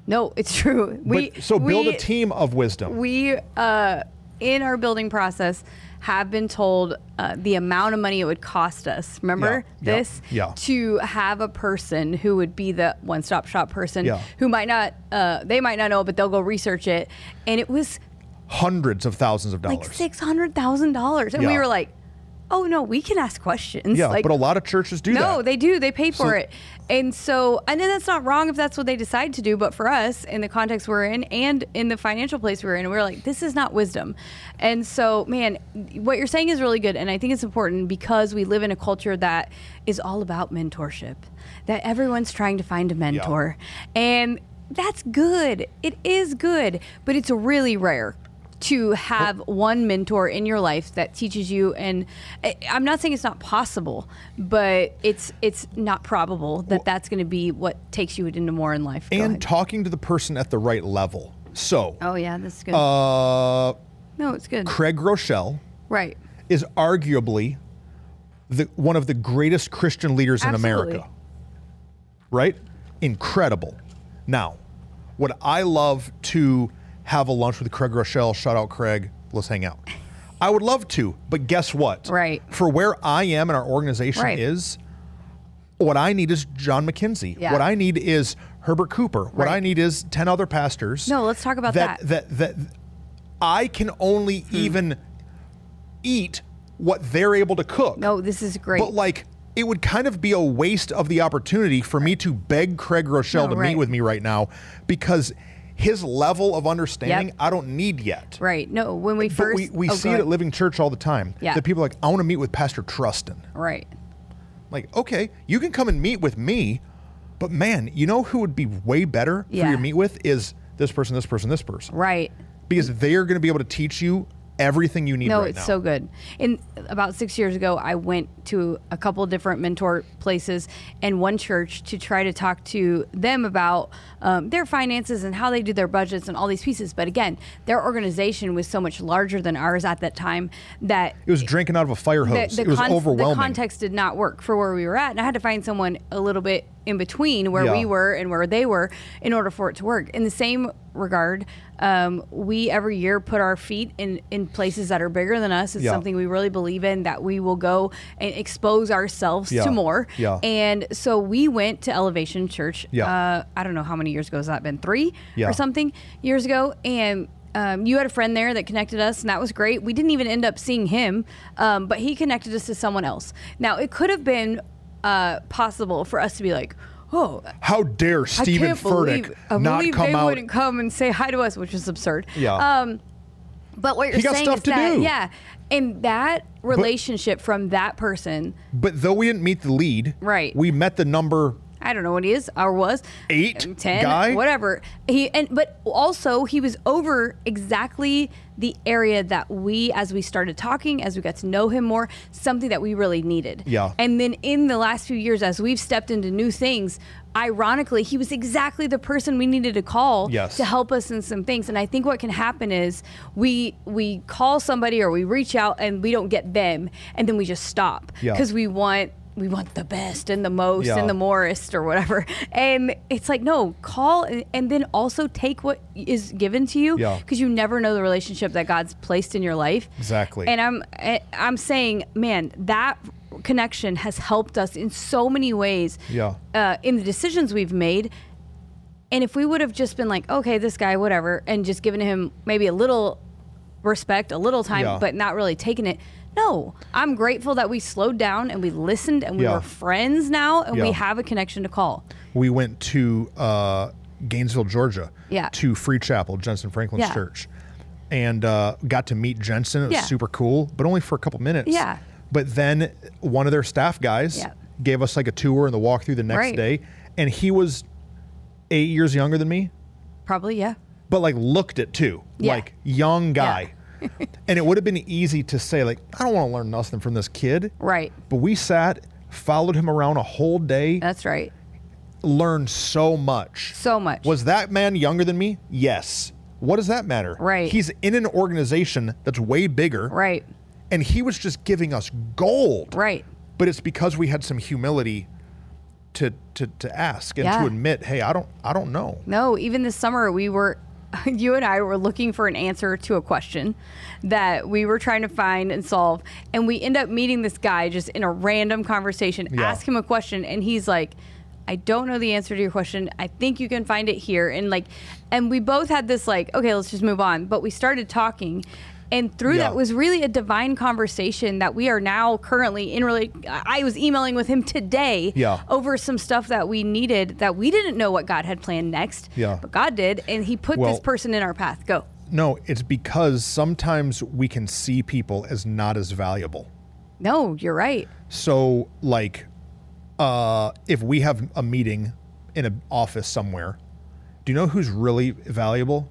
S1: No, it's true. We
S2: but, so build
S1: we-
S2: a team of wisdom.
S1: We uh, in our building process have been told uh, the amount of money it would cost us. Remember
S2: Yeah, yeah,
S1: this
S2: yeah.
S1: to have a person who would be the one-stop shop person
S2: Yeah.
S1: who might not uh, they might not know, but they'll go research it. And it was
S2: Hundreds of thousands of dollars.
S1: like six hundred thousand dollars, and we
S2: Yeah.
S1: were like, "Oh no, we can ask questions."
S2: yeah,
S1: like,
S2: but a lot of churches do that.
S1: no, they do. They pay for
S2: So-
S1: it. And so, and then that's not wrong if that's what they decide to do. But for us, in the context we're in and in the financial place we're in, we're like, this is not wisdom. And so, man, what you're saying is really good. And I think it's important because we live in a culture that is all about mentorship, that everyone's trying to find a mentor. And that's good. It is good, but it's really rare to have one mentor in your life that teaches you and I- i'm not saying it's not possible but it's it's not probable that that's going to be what takes you into more in life Go
S2: and
S1: ahead.
S2: talking to the person at the right level. So,
S1: oh yeah that's good
S2: uh,
S1: no it's good
S2: Craig Rochelle
S1: right
S2: is arguably the one of the greatest Christian leaders in
S1: Absolutely.
S2: America. Right? Incredible. Now, would I love to have a lunch with Craig Rochelle? Shout out Craig. Let's hang out. I would love to, but guess what?
S1: Right.
S2: For where I am and our organization
S1: Right.
S2: is, what I need is John McKenzie.
S1: Yeah.
S2: What I need is Herbert Cooper. What I
S1: Right.
S2: need is 10 other pastors.
S1: No, let's talk about Hmm.
S2: That that, that I can only even eat what they're able to cook.
S1: no this is great
S2: But like it would kind of be a waste of the opportunity for me to beg Craig Rochelle
S1: No,
S2: to meet
S1: right.
S2: with me right now because his level of understanding I don't need yet.
S1: right no when we
S2: But
S1: first
S2: we, we
S1: oh, go
S2: see it at
S1: ahead.
S2: Living Church all the time.
S1: Yeah.
S2: That people are like, I want to meet with Pastor Trustin.
S1: right
S2: Like, okay, you can come and meet with me, but man, you know who would be way better for
S1: Yeah.
S2: you to meet with is this person, this person, this person
S1: right
S2: because they're going to be able to teach you everything you need
S1: Mm. no
S2: right
S1: it's
S2: now.
S1: so good in about six years ago i went to a couple different mentor places and one church to try to talk to them about um, their finances and how they do their budgets and all these pieces but again their organization was so much larger than ours at that time that
S2: it was drinking out of a fire hose. it was
S1: cons-
S2: overwhelming.
S1: The context did not work for where we were at, and I had to find someone a little bit in between where
S2: Yeah.
S1: we were and where they were in order for it to work. In the same regard, um, we every year put our feet in in places that are bigger than us. It's
S2: Yeah.
S1: something we really believe in that we will go and expose ourselves
S2: Yeah.
S1: to more.
S2: Yeah.
S1: And so we went to Elevation Church.
S2: Yeah.
S1: Uh, I don't know how many years ago has that been three
S2: Yeah.
S1: or something years ago, and um, you had a friend there that connected us, and that was great. We didn't even end up seeing him, um, but he connected us to someone else. Now, it could have been uh, possible for us to be like, oh,
S2: How dare
S1: I
S2: Stephen
S1: can't believe,
S2: Furtick
S1: I
S2: not
S1: believe
S2: come
S1: they
S2: out?
S1: wouldn't come and say hi to us, which is absurd.
S2: Yeah.
S1: Um, but what you're
S2: got
S1: saying
S2: stuff
S1: is
S2: to
S1: that,
S2: do.
S1: yeah, and that relationship from that person,
S2: But though we didn't meet the lead,
S1: Right.
S2: We met the number.
S1: I don't know what he is or was
S2: Eight
S1: ten
S2: guy?
S1: whatever he and but also he was over exactly the area that we as we started talking as we got to know him more something that we really needed
S2: Yeah.
S1: and then in the last few years as we've stepped into new things ironically he was exactly the person we needed to call
S2: Yes.
S1: to help us in some things and I think what can happen is we we call somebody or we reach out and we don't get them and then we just stop
S2: Yeah.
S1: because we want we want the best and the most
S2: Yeah.
S1: and the morist or whatever and it's like no call and, and then also take what is given to you
S2: Yeah.
S1: because you never know the relationship that god's placed in your life
S2: Exactly.
S1: and i'm I- i'm saying man that connection has helped us in so many ways
S2: Yeah.
S1: uh, in the decisions we've made and if we would have just been like okay this guy whatever and just given him maybe a little respect a little time
S2: Yeah.
S1: but not really taking it no i'm grateful that we slowed down and we listened and we
S2: Yeah.
S1: were friends now and
S2: Yeah.
S1: we have a connection to call
S2: We went to uh, Gainesville, Georgia,
S1: Yeah.
S2: to Free Chapel, Jensen Franklin's
S1: Yeah.
S2: church, and uh, got to meet Jensen. It was
S1: Yeah.
S2: super cool, but only for a couple minutes.
S1: Yeah.
S2: But then one of their staff guys
S1: Yeah.
S2: gave us like a tour and the walkthrough the next
S1: Right.
S2: day, and he was eight years younger than me,
S1: Probably, yeah.
S2: but like looked it too,
S1: Yeah.
S2: like young guy. and it would have been easy to say like, I don't want to learn nothing from this kid.
S1: Right.
S2: But we sat, followed him around a whole day,
S1: That's right.
S2: learned so much.
S1: So much.
S2: Was that man younger than me? Yes. What does that matter?
S1: Right.
S2: He's in an organization that's way bigger.
S1: right.
S2: And he was just giving us gold.
S1: Right.
S2: But it's because we had some humility to to, to ask and
S1: Yeah.
S2: to admit, hey, I don't I don't know.
S1: No, even this summer we were you and I were looking for an answer to a question that we were trying to find and solve and we end up meeting this guy just in a random conversation,
S2: Yeah.
S1: ask him a question and he's like I don't know the answer to your question. I think you can find it here and like and we both had this like okay, let's just move on, but we started talking and through
S2: Yeah.
S1: that was really a divine conversation that we are now currently in really I was emailing with him today
S2: Yeah.
S1: over some stuff that we needed that we didn't know what God had planned next.
S2: Yeah.
S1: But God did, and He put
S2: Well-
S1: this person in our path. Go.
S2: No, it's because sometimes we can see people as not as valuable.
S1: No, you're right.
S2: So like uh if we have a meeting in an office somewhere, do you know who's really valuable?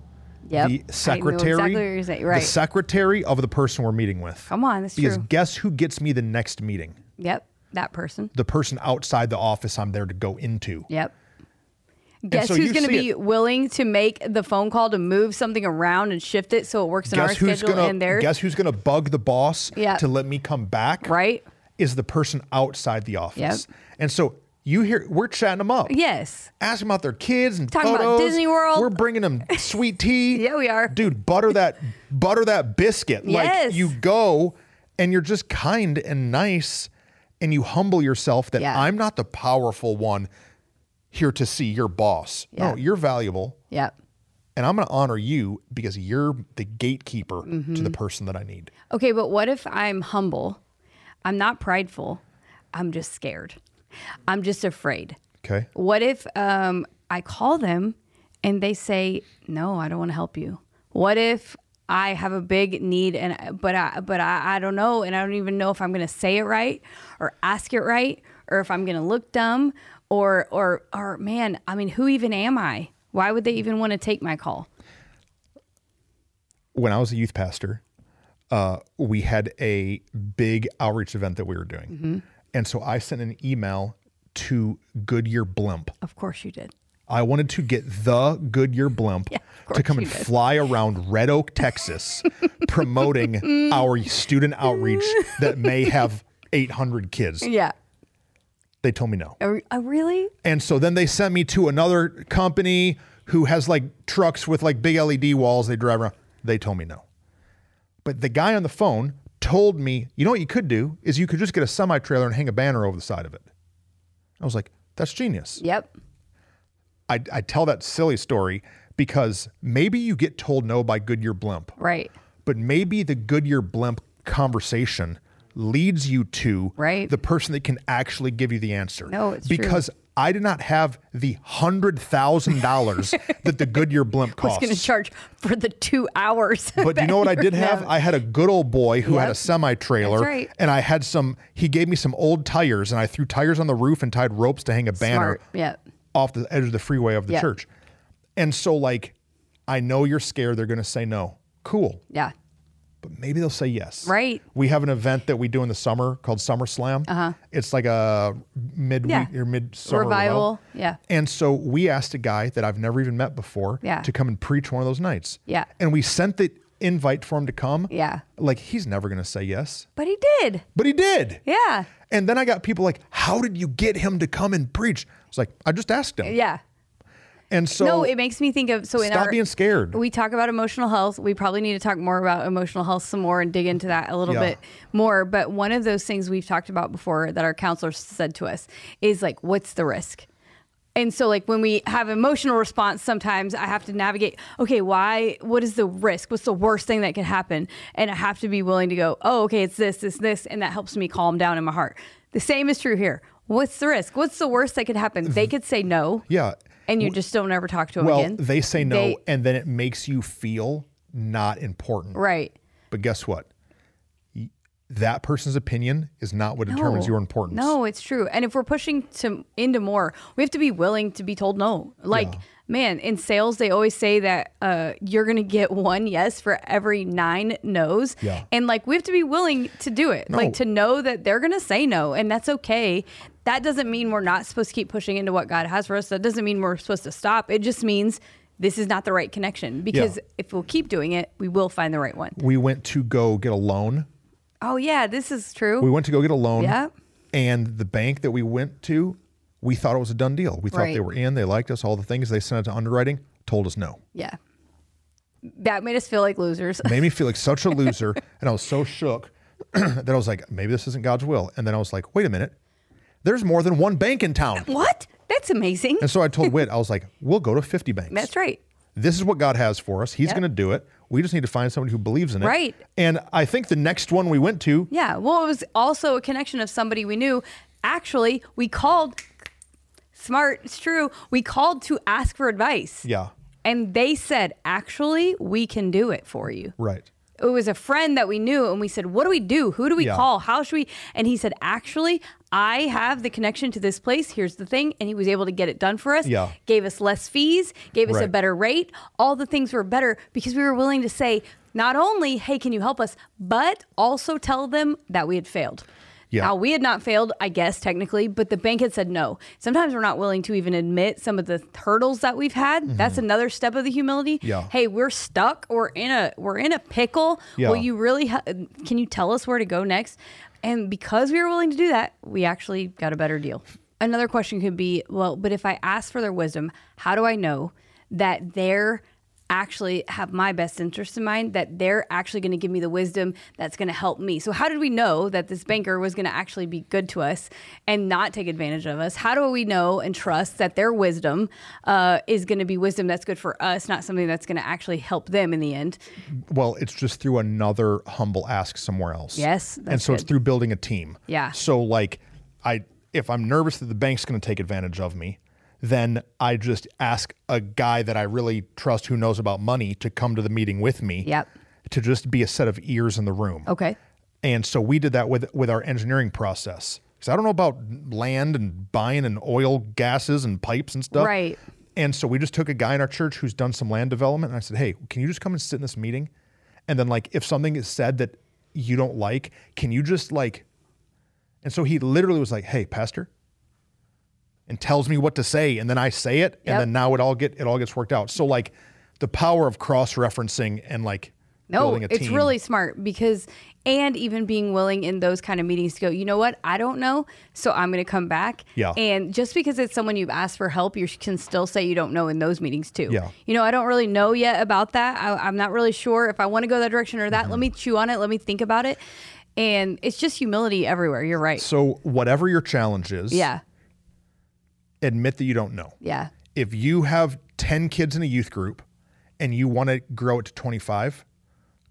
S1: Yep. I knew
S2: The secretary.
S1: exactly what you were saying. Right.
S2: The secretary of the person we're meeting with.
S1: Come on, that's
S2: because
S1: true.
S2: guess who gets me the next meeting?
S1: Yep. That person.
S2: The person outside the office I'm there to go into.
S1: Yep. Guess
S2: so
S1: who's
S2: you
S1: going to
S2: see
S1: be
S2: it.
S1: willing to make the phone call to move something around and shift it so it works in our
S2: Guess who's
S1: schedule
S2: gonna
S1: and theirs?
S2: guess who's gonna bug the boss
S1: Yeah.
S2: to let me come back?
S1: right?
S2: Is the person outside the office. And so you hear we're chatting them up.
S1: Yes.
S2: Ask them about their kids and
S1: Talking about
S2: photos.
S1: Disney World.
S2: We're bringing them sweet tea.
S1: Yeah, we are.
S2: Dude, butter that butter that biscuit.
S1: Yes.
S2: Like you go and you're just kind and nice and you humble yourself that
S1: Yeah.
S2: I'm not the powerful one here to see your boss.
S1: Yeah.
S2: No, you're valuable
S1: Yep.
S2: and I'm going to honor you because you're the gatekeeper to
S1: Mm-hmm.
S2: the person that I need.
S1: Okay, but what if I'm humble? I'm not prideful. I'm just scared. I'm just afraid.
S2: Okay?
S1: What if um, I call them and they say, "No, I don't want to help you." What if I have a big need and but I but I, I don't know and I don't even know if I'm going to say it right or ask it right or if I'm going to look dumb or or or man, I mean, who even am I? Why would they even want to take my call?
S2: When I was a youth pastor, uh, we had a big outreach event that we were doing. And so I sent an email to Goodyear Blimp.
S1: Of course you did.
S2: I wanted to get the Goodyear blimp to come and fly around Red Oak, Texas, promoting our student outreach that may have 800 kids.
S1: Yeah.
S2: They told me no.
S1: Are, uh, really?
S2: And so then they sent me to another company who has like trucks with like big LED walls they drive around. They told me no. But the guy on the phone told me, you know what you could do is you could just get a semi trailer and hang a banner over the side of it. I was like, that's genius.
S1: Yep.
S2: I, I tell that silly story because maybe you get told no by Goodyear Blimp,
S1: Right.
S2: but maybe the Goodyear Blimp conversation leads you to
S1: Right.
S2: the person that can actually give you the answer.
S1: No, it's true.
S2: because I did not have the hundred thousand dollars that the Goodyear Blimp
S1: It's going to
S2: costs.
S1: charge for the two hours.
S2: But you know what I did have? I had a good old boy who had a
S1: Yep.
S2: semi trailer,
S1: That's right.
S2: and I had some. He gave me some old tires, and I threw tires on the roof and tied ropes to hang a banner
S1: Smart. Yeah.
S2: off the edge of the freeway of the
S1: Yeah.
S2: church. And so, like, I know you're scared they're going to say no. Cool.
S1: Yeah.
S2: But maybe they'll say yes.
S1: Right.
S2: We have an event that we do in the summer called Summer Slam. Uh-huh. It's like a midweek
S1: Yeah.
S2: or mid summer
S1: Revival. Yeah.
S2: And so we asked a guy that I've never even met before
S1: Yeah.
S2: to come and preach one of those nights.
S1: Yeah.
S2: And we sent the invite for him to come.
S1: Yeah.
S2: Like, he's never going to say yes.
S1: But he did.
S2: But he did.
S1: Yeah.
S2: And then I got people like, how did you get him to come and preach? I was like, I just asked him.
S1: Yeah.
S2: And so
S1: no, it makes me think of so in
S2: Stop
S1: our
S2: being scared.
S1: We talk about emotional health. We probably need to talk more about emotional health some more and dig into that a little
S2: Yeah.
S1: bit more. But one of those things we've talked about before that our counselors said to us is like, what's the risk? And so like when we have emotional response, sometimes I have to navigate, okay, why what is the risk? What's the worst thing that can happen? And I have to be willing to go, oh, okay, it's this, this, this, and that helps me calm down in my heart. The same is true here. What's the risk? What's the worst that could happen? They could say no.
S2: Yeah.
S1: And you just don't ever talk to them
S2: Well,
S1: again.
S2: they say no,
S1: They-
S2: and then it makes you feel not important.
S1: right.
S2: But guess what? Y- that person's opinion is not what determines
S1: No.
S2: your importance.
S1: No, it's true. And if we're pushing to into more, we have to be willing to be told no. Like, man, in sales, they always say that uh, you're going to get one yes for every nine no's.
S2: Yeah.
S1: And like, we have to be willing to do it,
S2: No.
S1: like to know that they're going to say no, and that's okay. That doesn't mean we're not supposed to keep pushing into what God has for us. That doesn't mean we're supposed to stop. It just means this is not the right connection because if we'll keep doing it, we will find the right one.
S2: We went to go get a loan.
S1: Oh, yeah, this is true.
S2: We went to go get a loan.
S1: Yeah.
S2: And the bank that we went to, we thought it was a done deal. We thought they
S1: Right.
S2: were in, they liked us, all the things. They sent it to underwriting, told us no.
S1: Yeah. That made us feel like losers.
S2: Made me feel like such a loser. and I was so shook that I was like, maybe this isn't God's will. And then I was like, wait a minute. There's more than one bank in town.
S1: what? That's amazing.
S2: And so I told Whit, I was like, we'll go to 50 banks.
S1: That's right.
S2: This is what God has for us. He's
S1: Yep.
S2: going to do it. We just need to find somebody who believes in it.
S1: Right.
S2: And I think the next one we went to,
S1: Yeah. Well, it was also a connection of somebody we knew. Actually, we called smart, it's true. We called to ask for advice.
S2: yeah,
S1: And they said, actually, we can do it for you.
S2: right.
S1: It was a friend that we knew, and we said, What do we do? Who do we
S2: Yeah.
S1: call? How should we? And he said, Actually, I have the connection to this place. Here's the thing. And he was able to get it done for us.
S2: Yeah.
S1: Gave us less fees, gave us a
S2: Right.
S1: better rate. All the things were better because we were willing to say, not only, hey, can you help us, but also tell them that we had failed.
S2: Yeah.
S1: Now, we had not failed, I guess, technically, but the bank had said no. Sometimes we're not willing to even admit some of the hurdles that we've had. That's another step of the humility.
S2: Mm-hmm. Yeah.
S1: Hey, we're stuck. We're in a we're in a pickle.
S2: Yeah.
S1: Will you really? Ha- can you tell us where to go next? And because we were willing to do that, we actually got a better deal. Another question could be, well, but if I ask for their wisdom, how do I know that they're actually have my best interest in mind? That they're actually going to give me the wisdom that's going to help me. So how did we know that this banker was going to actually be good to us and not take advantage of us? How do we know and trust that their wisdom uh, is going to be wisdom that's good for us, not something that's going to actually help them in the end?
S2: Well, it's just through another humble ask somewhere else.
S1: Yes,
S2: and
S1: that's
S2: so it's
S1: good.
S2: through building a team.
S1: Yeah.
S2: So like, I if I'm nervous that the bank's going to take advantage of me, then I just ask a guy that I really trust who knows about money to come to the meeting with me.
S1: Yep.
S2: To just be a set of ears in the room.
S1: Okay.
S2: And so we did that with with our engineering process. Cuz I don't know about land and buying and oil, gases and pipes and stuff.
S1: Right.
S2: And so we just took a guy in our church who's done some land development and I said, "Hey, can you just come and sit in this meeting?" And then like if something is said that you don't like, can you just like And so he literally was like, "Hey, pastor, and tells me what to say and then I say it and
S1: Yep.
S2: then now it all get it all gets worked out. So like the power of cross-referencing and like
S1: No,
S2: building a
S1: it's
S2: team.
S1: really smart because, and even being willing in those kind of meetings to go, you know what? I don't know. So I'm going to come back.
S2: Yeah.
S1: And just because it's someone you've asked for help, you can still say you don't know in those meetings too.
S2: Yeah.
S1: You know, I don't really know yet about that. I, I'm not really sure if I want to go that direction or that.
S2: Mm-hmm.
S1: Let me chew on it. Let me think about it. And it's just humility everywhere. You're right.
S2: So whatever your challenge is,
S1: yeah.
S2: admit that you don't know.
S1: Yeah.
S2: If you have 10 kids in a youth group and you want to grow it to 25,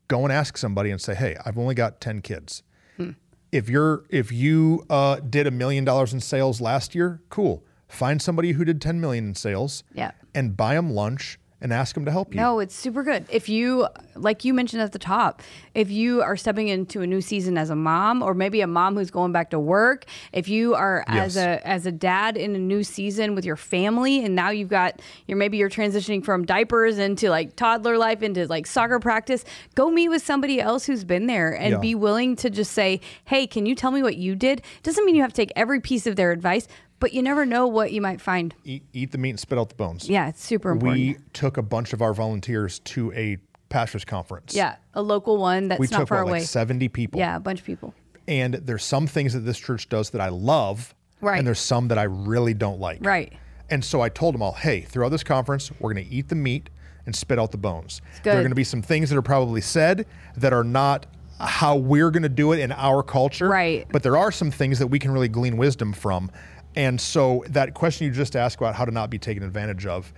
S2: go and ask somebody and say, "Hey, I've only got 10 kids."
S1: Hmm.
S2: If you're if you uh, did a million dollars in sales last year, cool. Find somebody who did 10 million in sales
S1: Yeah.
S2: and buy them lunch and ask them to help you.
S1: No, it's super good. If you, like you mentioned at the top, if you are stepping into a new season as a mom, or maybe a mom who's going back to work, if you are as
S2: Yes.
S1: a as a dad in a new season with your family, and now you've got you're maybe you're transitioning from diapers into like toddler life into like soccer practice, go meet with somebody else who's been there and
S2: Yeah.
S1: be willing to just say, "Hey, can you tell me what you did?" Doesn't mean you have to take every piece of their advice, but you never know what you might find.
S2: Eat, eat the meat and spit out the bones.
S1: Yeah, it's super important.
S2: we took a bunch of our volunteers to a pastors conference.
S1: yeah, a local one that's
S2: We
S1: not
S2: took
S1: far
S2: what,
S1: away.
S2: like 70 people.
S1: Yeah, a bunch of people.
S2: and there's some things that this church does that I love,
S1: Right.
S2: and there's some that I really don't like.
S1: Right.
S2: And so I told them all, hey, throughout this conference, we're going to eat the meat and spit out the bones. There are
S1: good.
S2: going to be some things that are probably said that are not how we're going to do it in our culture.
S1: Right.
S2: But there are some things that we can really glean wisdom from. And so that question you just asked about how to not be taken advantage of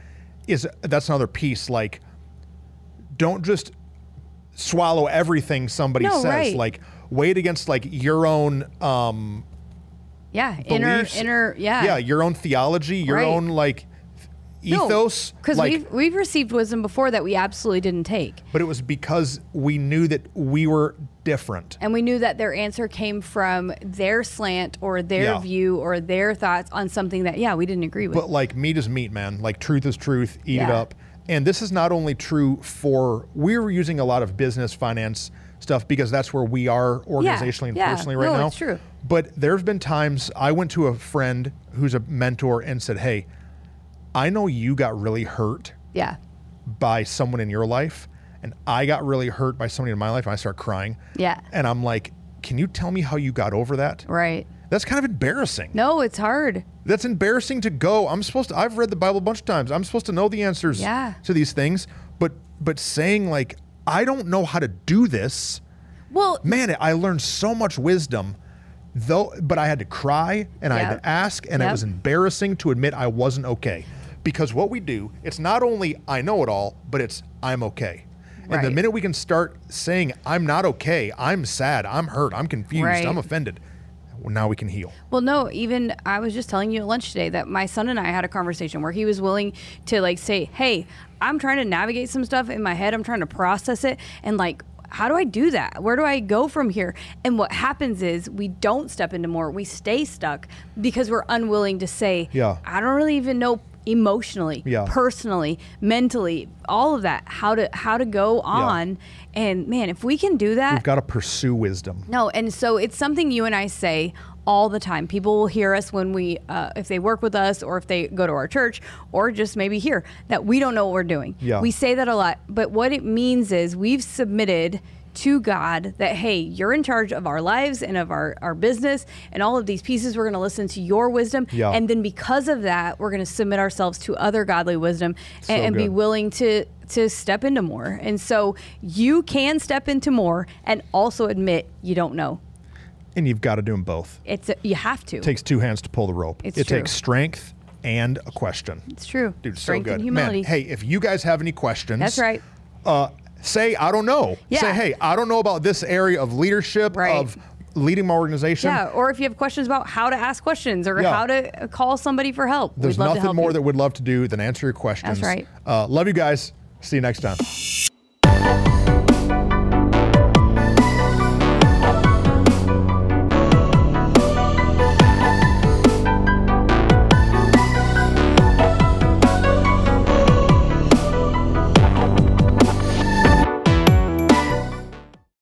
S2: is that's another piece. Like, don't just swallow everything somebody
S1: No,
S2: says.
S1: right.
S2: Like, weigh it against like your own
S1: Yeah. Inner,
S2: beliefs,
S1: inner, yeah.
S2: yeah, your own theology, your
S1: Right.
S2: own like ethos.
S1: because
S2: like,
S1: we've we've received wisdom before that we absolutely didn't take,
S2: but it was because we knew that we were different.
S1: and we knew that their answer came from their slant or their
S2: Yeah.
S1: view or their thoughts on something that yeah we didn't agree with.
S2: But like meat is meat, man. Like truth is truth. Eat it
S1: Yeah.
S2: up. And this is not only true for we we're using a lot of business finance stuff because that's where we are organizationally and
S1: yeah.
S2: personally right
S1: No,
S2: now.
S1: it's true.
S2: But there's been times I went to a friend who's a mentor and said, "Hey, I know you got really hurt
S1: yeah,
S2: by someone in your life, and I got really hurt by somebody in my life, and I start crying.
S1: Yeah.
S2: And I'm like, can you tell me how you got over that?
S1: right.
S2: That's kind of embarrassing.
S1: No, it's hard.
S2: That's embarrassing to go. I'm supposed to. I've read the Bible a bunch of times. I'm supposed to know the answers
S1: Yeah.
S2: to these things. But but saying like I don't know how to do this,
S1: Well,
S2: man. I learned so much wisdom, though. But I had to cry and I had
S1: Yep.
S2: to ask, and it
S1: Yep.
S2: was embarrassing to admit I wasn't okay. Because what we do, it's not only I know it all, but it's I'm okay. And the
S1: Right.
S2: minute we can start saying I'm not okay, I'm sad, I'm hurt, I'm confused,
S1: Right.
S2: I'm offended, well, now we can heal.
S1: Well, no, even I was just telling you at lunch today that my son and I had a conversation where he was willing to like say, "Hey, I'm trying to navigate some stuff in my head. I'm trying to process it and like how do I do that? Where do I go from here? And what happens is we don't step into more. We stay stuck because we're unwilling to say,
S2: Yeah.
S1: I don't really even know emotionally,
S2: Yeah.
S1: personally, mentally, all of that, how to how to go on. And man, if we can do that,
S2: We've got to pursue wisdom.
S1: no, and so it's something you and I say all the time. People will hear us when we, uh, if they work with us or if they go to our church or just maybe here, that we don't know what we're doing.
S2: Yeah.
S1: We say that a lot, but what it means is we've submitted to God that, hey, you're in charge of our lives and of our, our business and all of these pieces. We're going to listen to your wisdom.
S2: Yeah.
S1: And then because of that, we're going to submit ourselves to other godly wisdom
S2: So
S1: and, and be
S2: good.
S1: willing to to step into more. And so you can step into more and also admit you don't know.
S2: and you've got to do them both.
S1: It's you have to.
S2: It takes two hands to pull the rope.
S1: It's
S2: it
S1: true.
S2: takes strength and a question.
S1: it's true.
S2: Dude,
S1: Strength
S2: so good.
S1: and humility.
S2: Man, hey, if you guys have any questions,
S1: That's right.
S2: Uh, say I don't know.
S1: Yeah.
S2: Say hey, I don't know about this area of leadership
S1: Right.
S2: of leading my organization.
S1: yeah, or if you have questions about how to ask questions or
S2: Yeah.
S1: how to call somebody for help,
S2: There's
S1: we'd love to
S2: nothing
S1: help
S2: more
S1: you.
S2: that we'd love to do than answer your questions.
S1: right.
S2: Uh, love you guys. See you next time.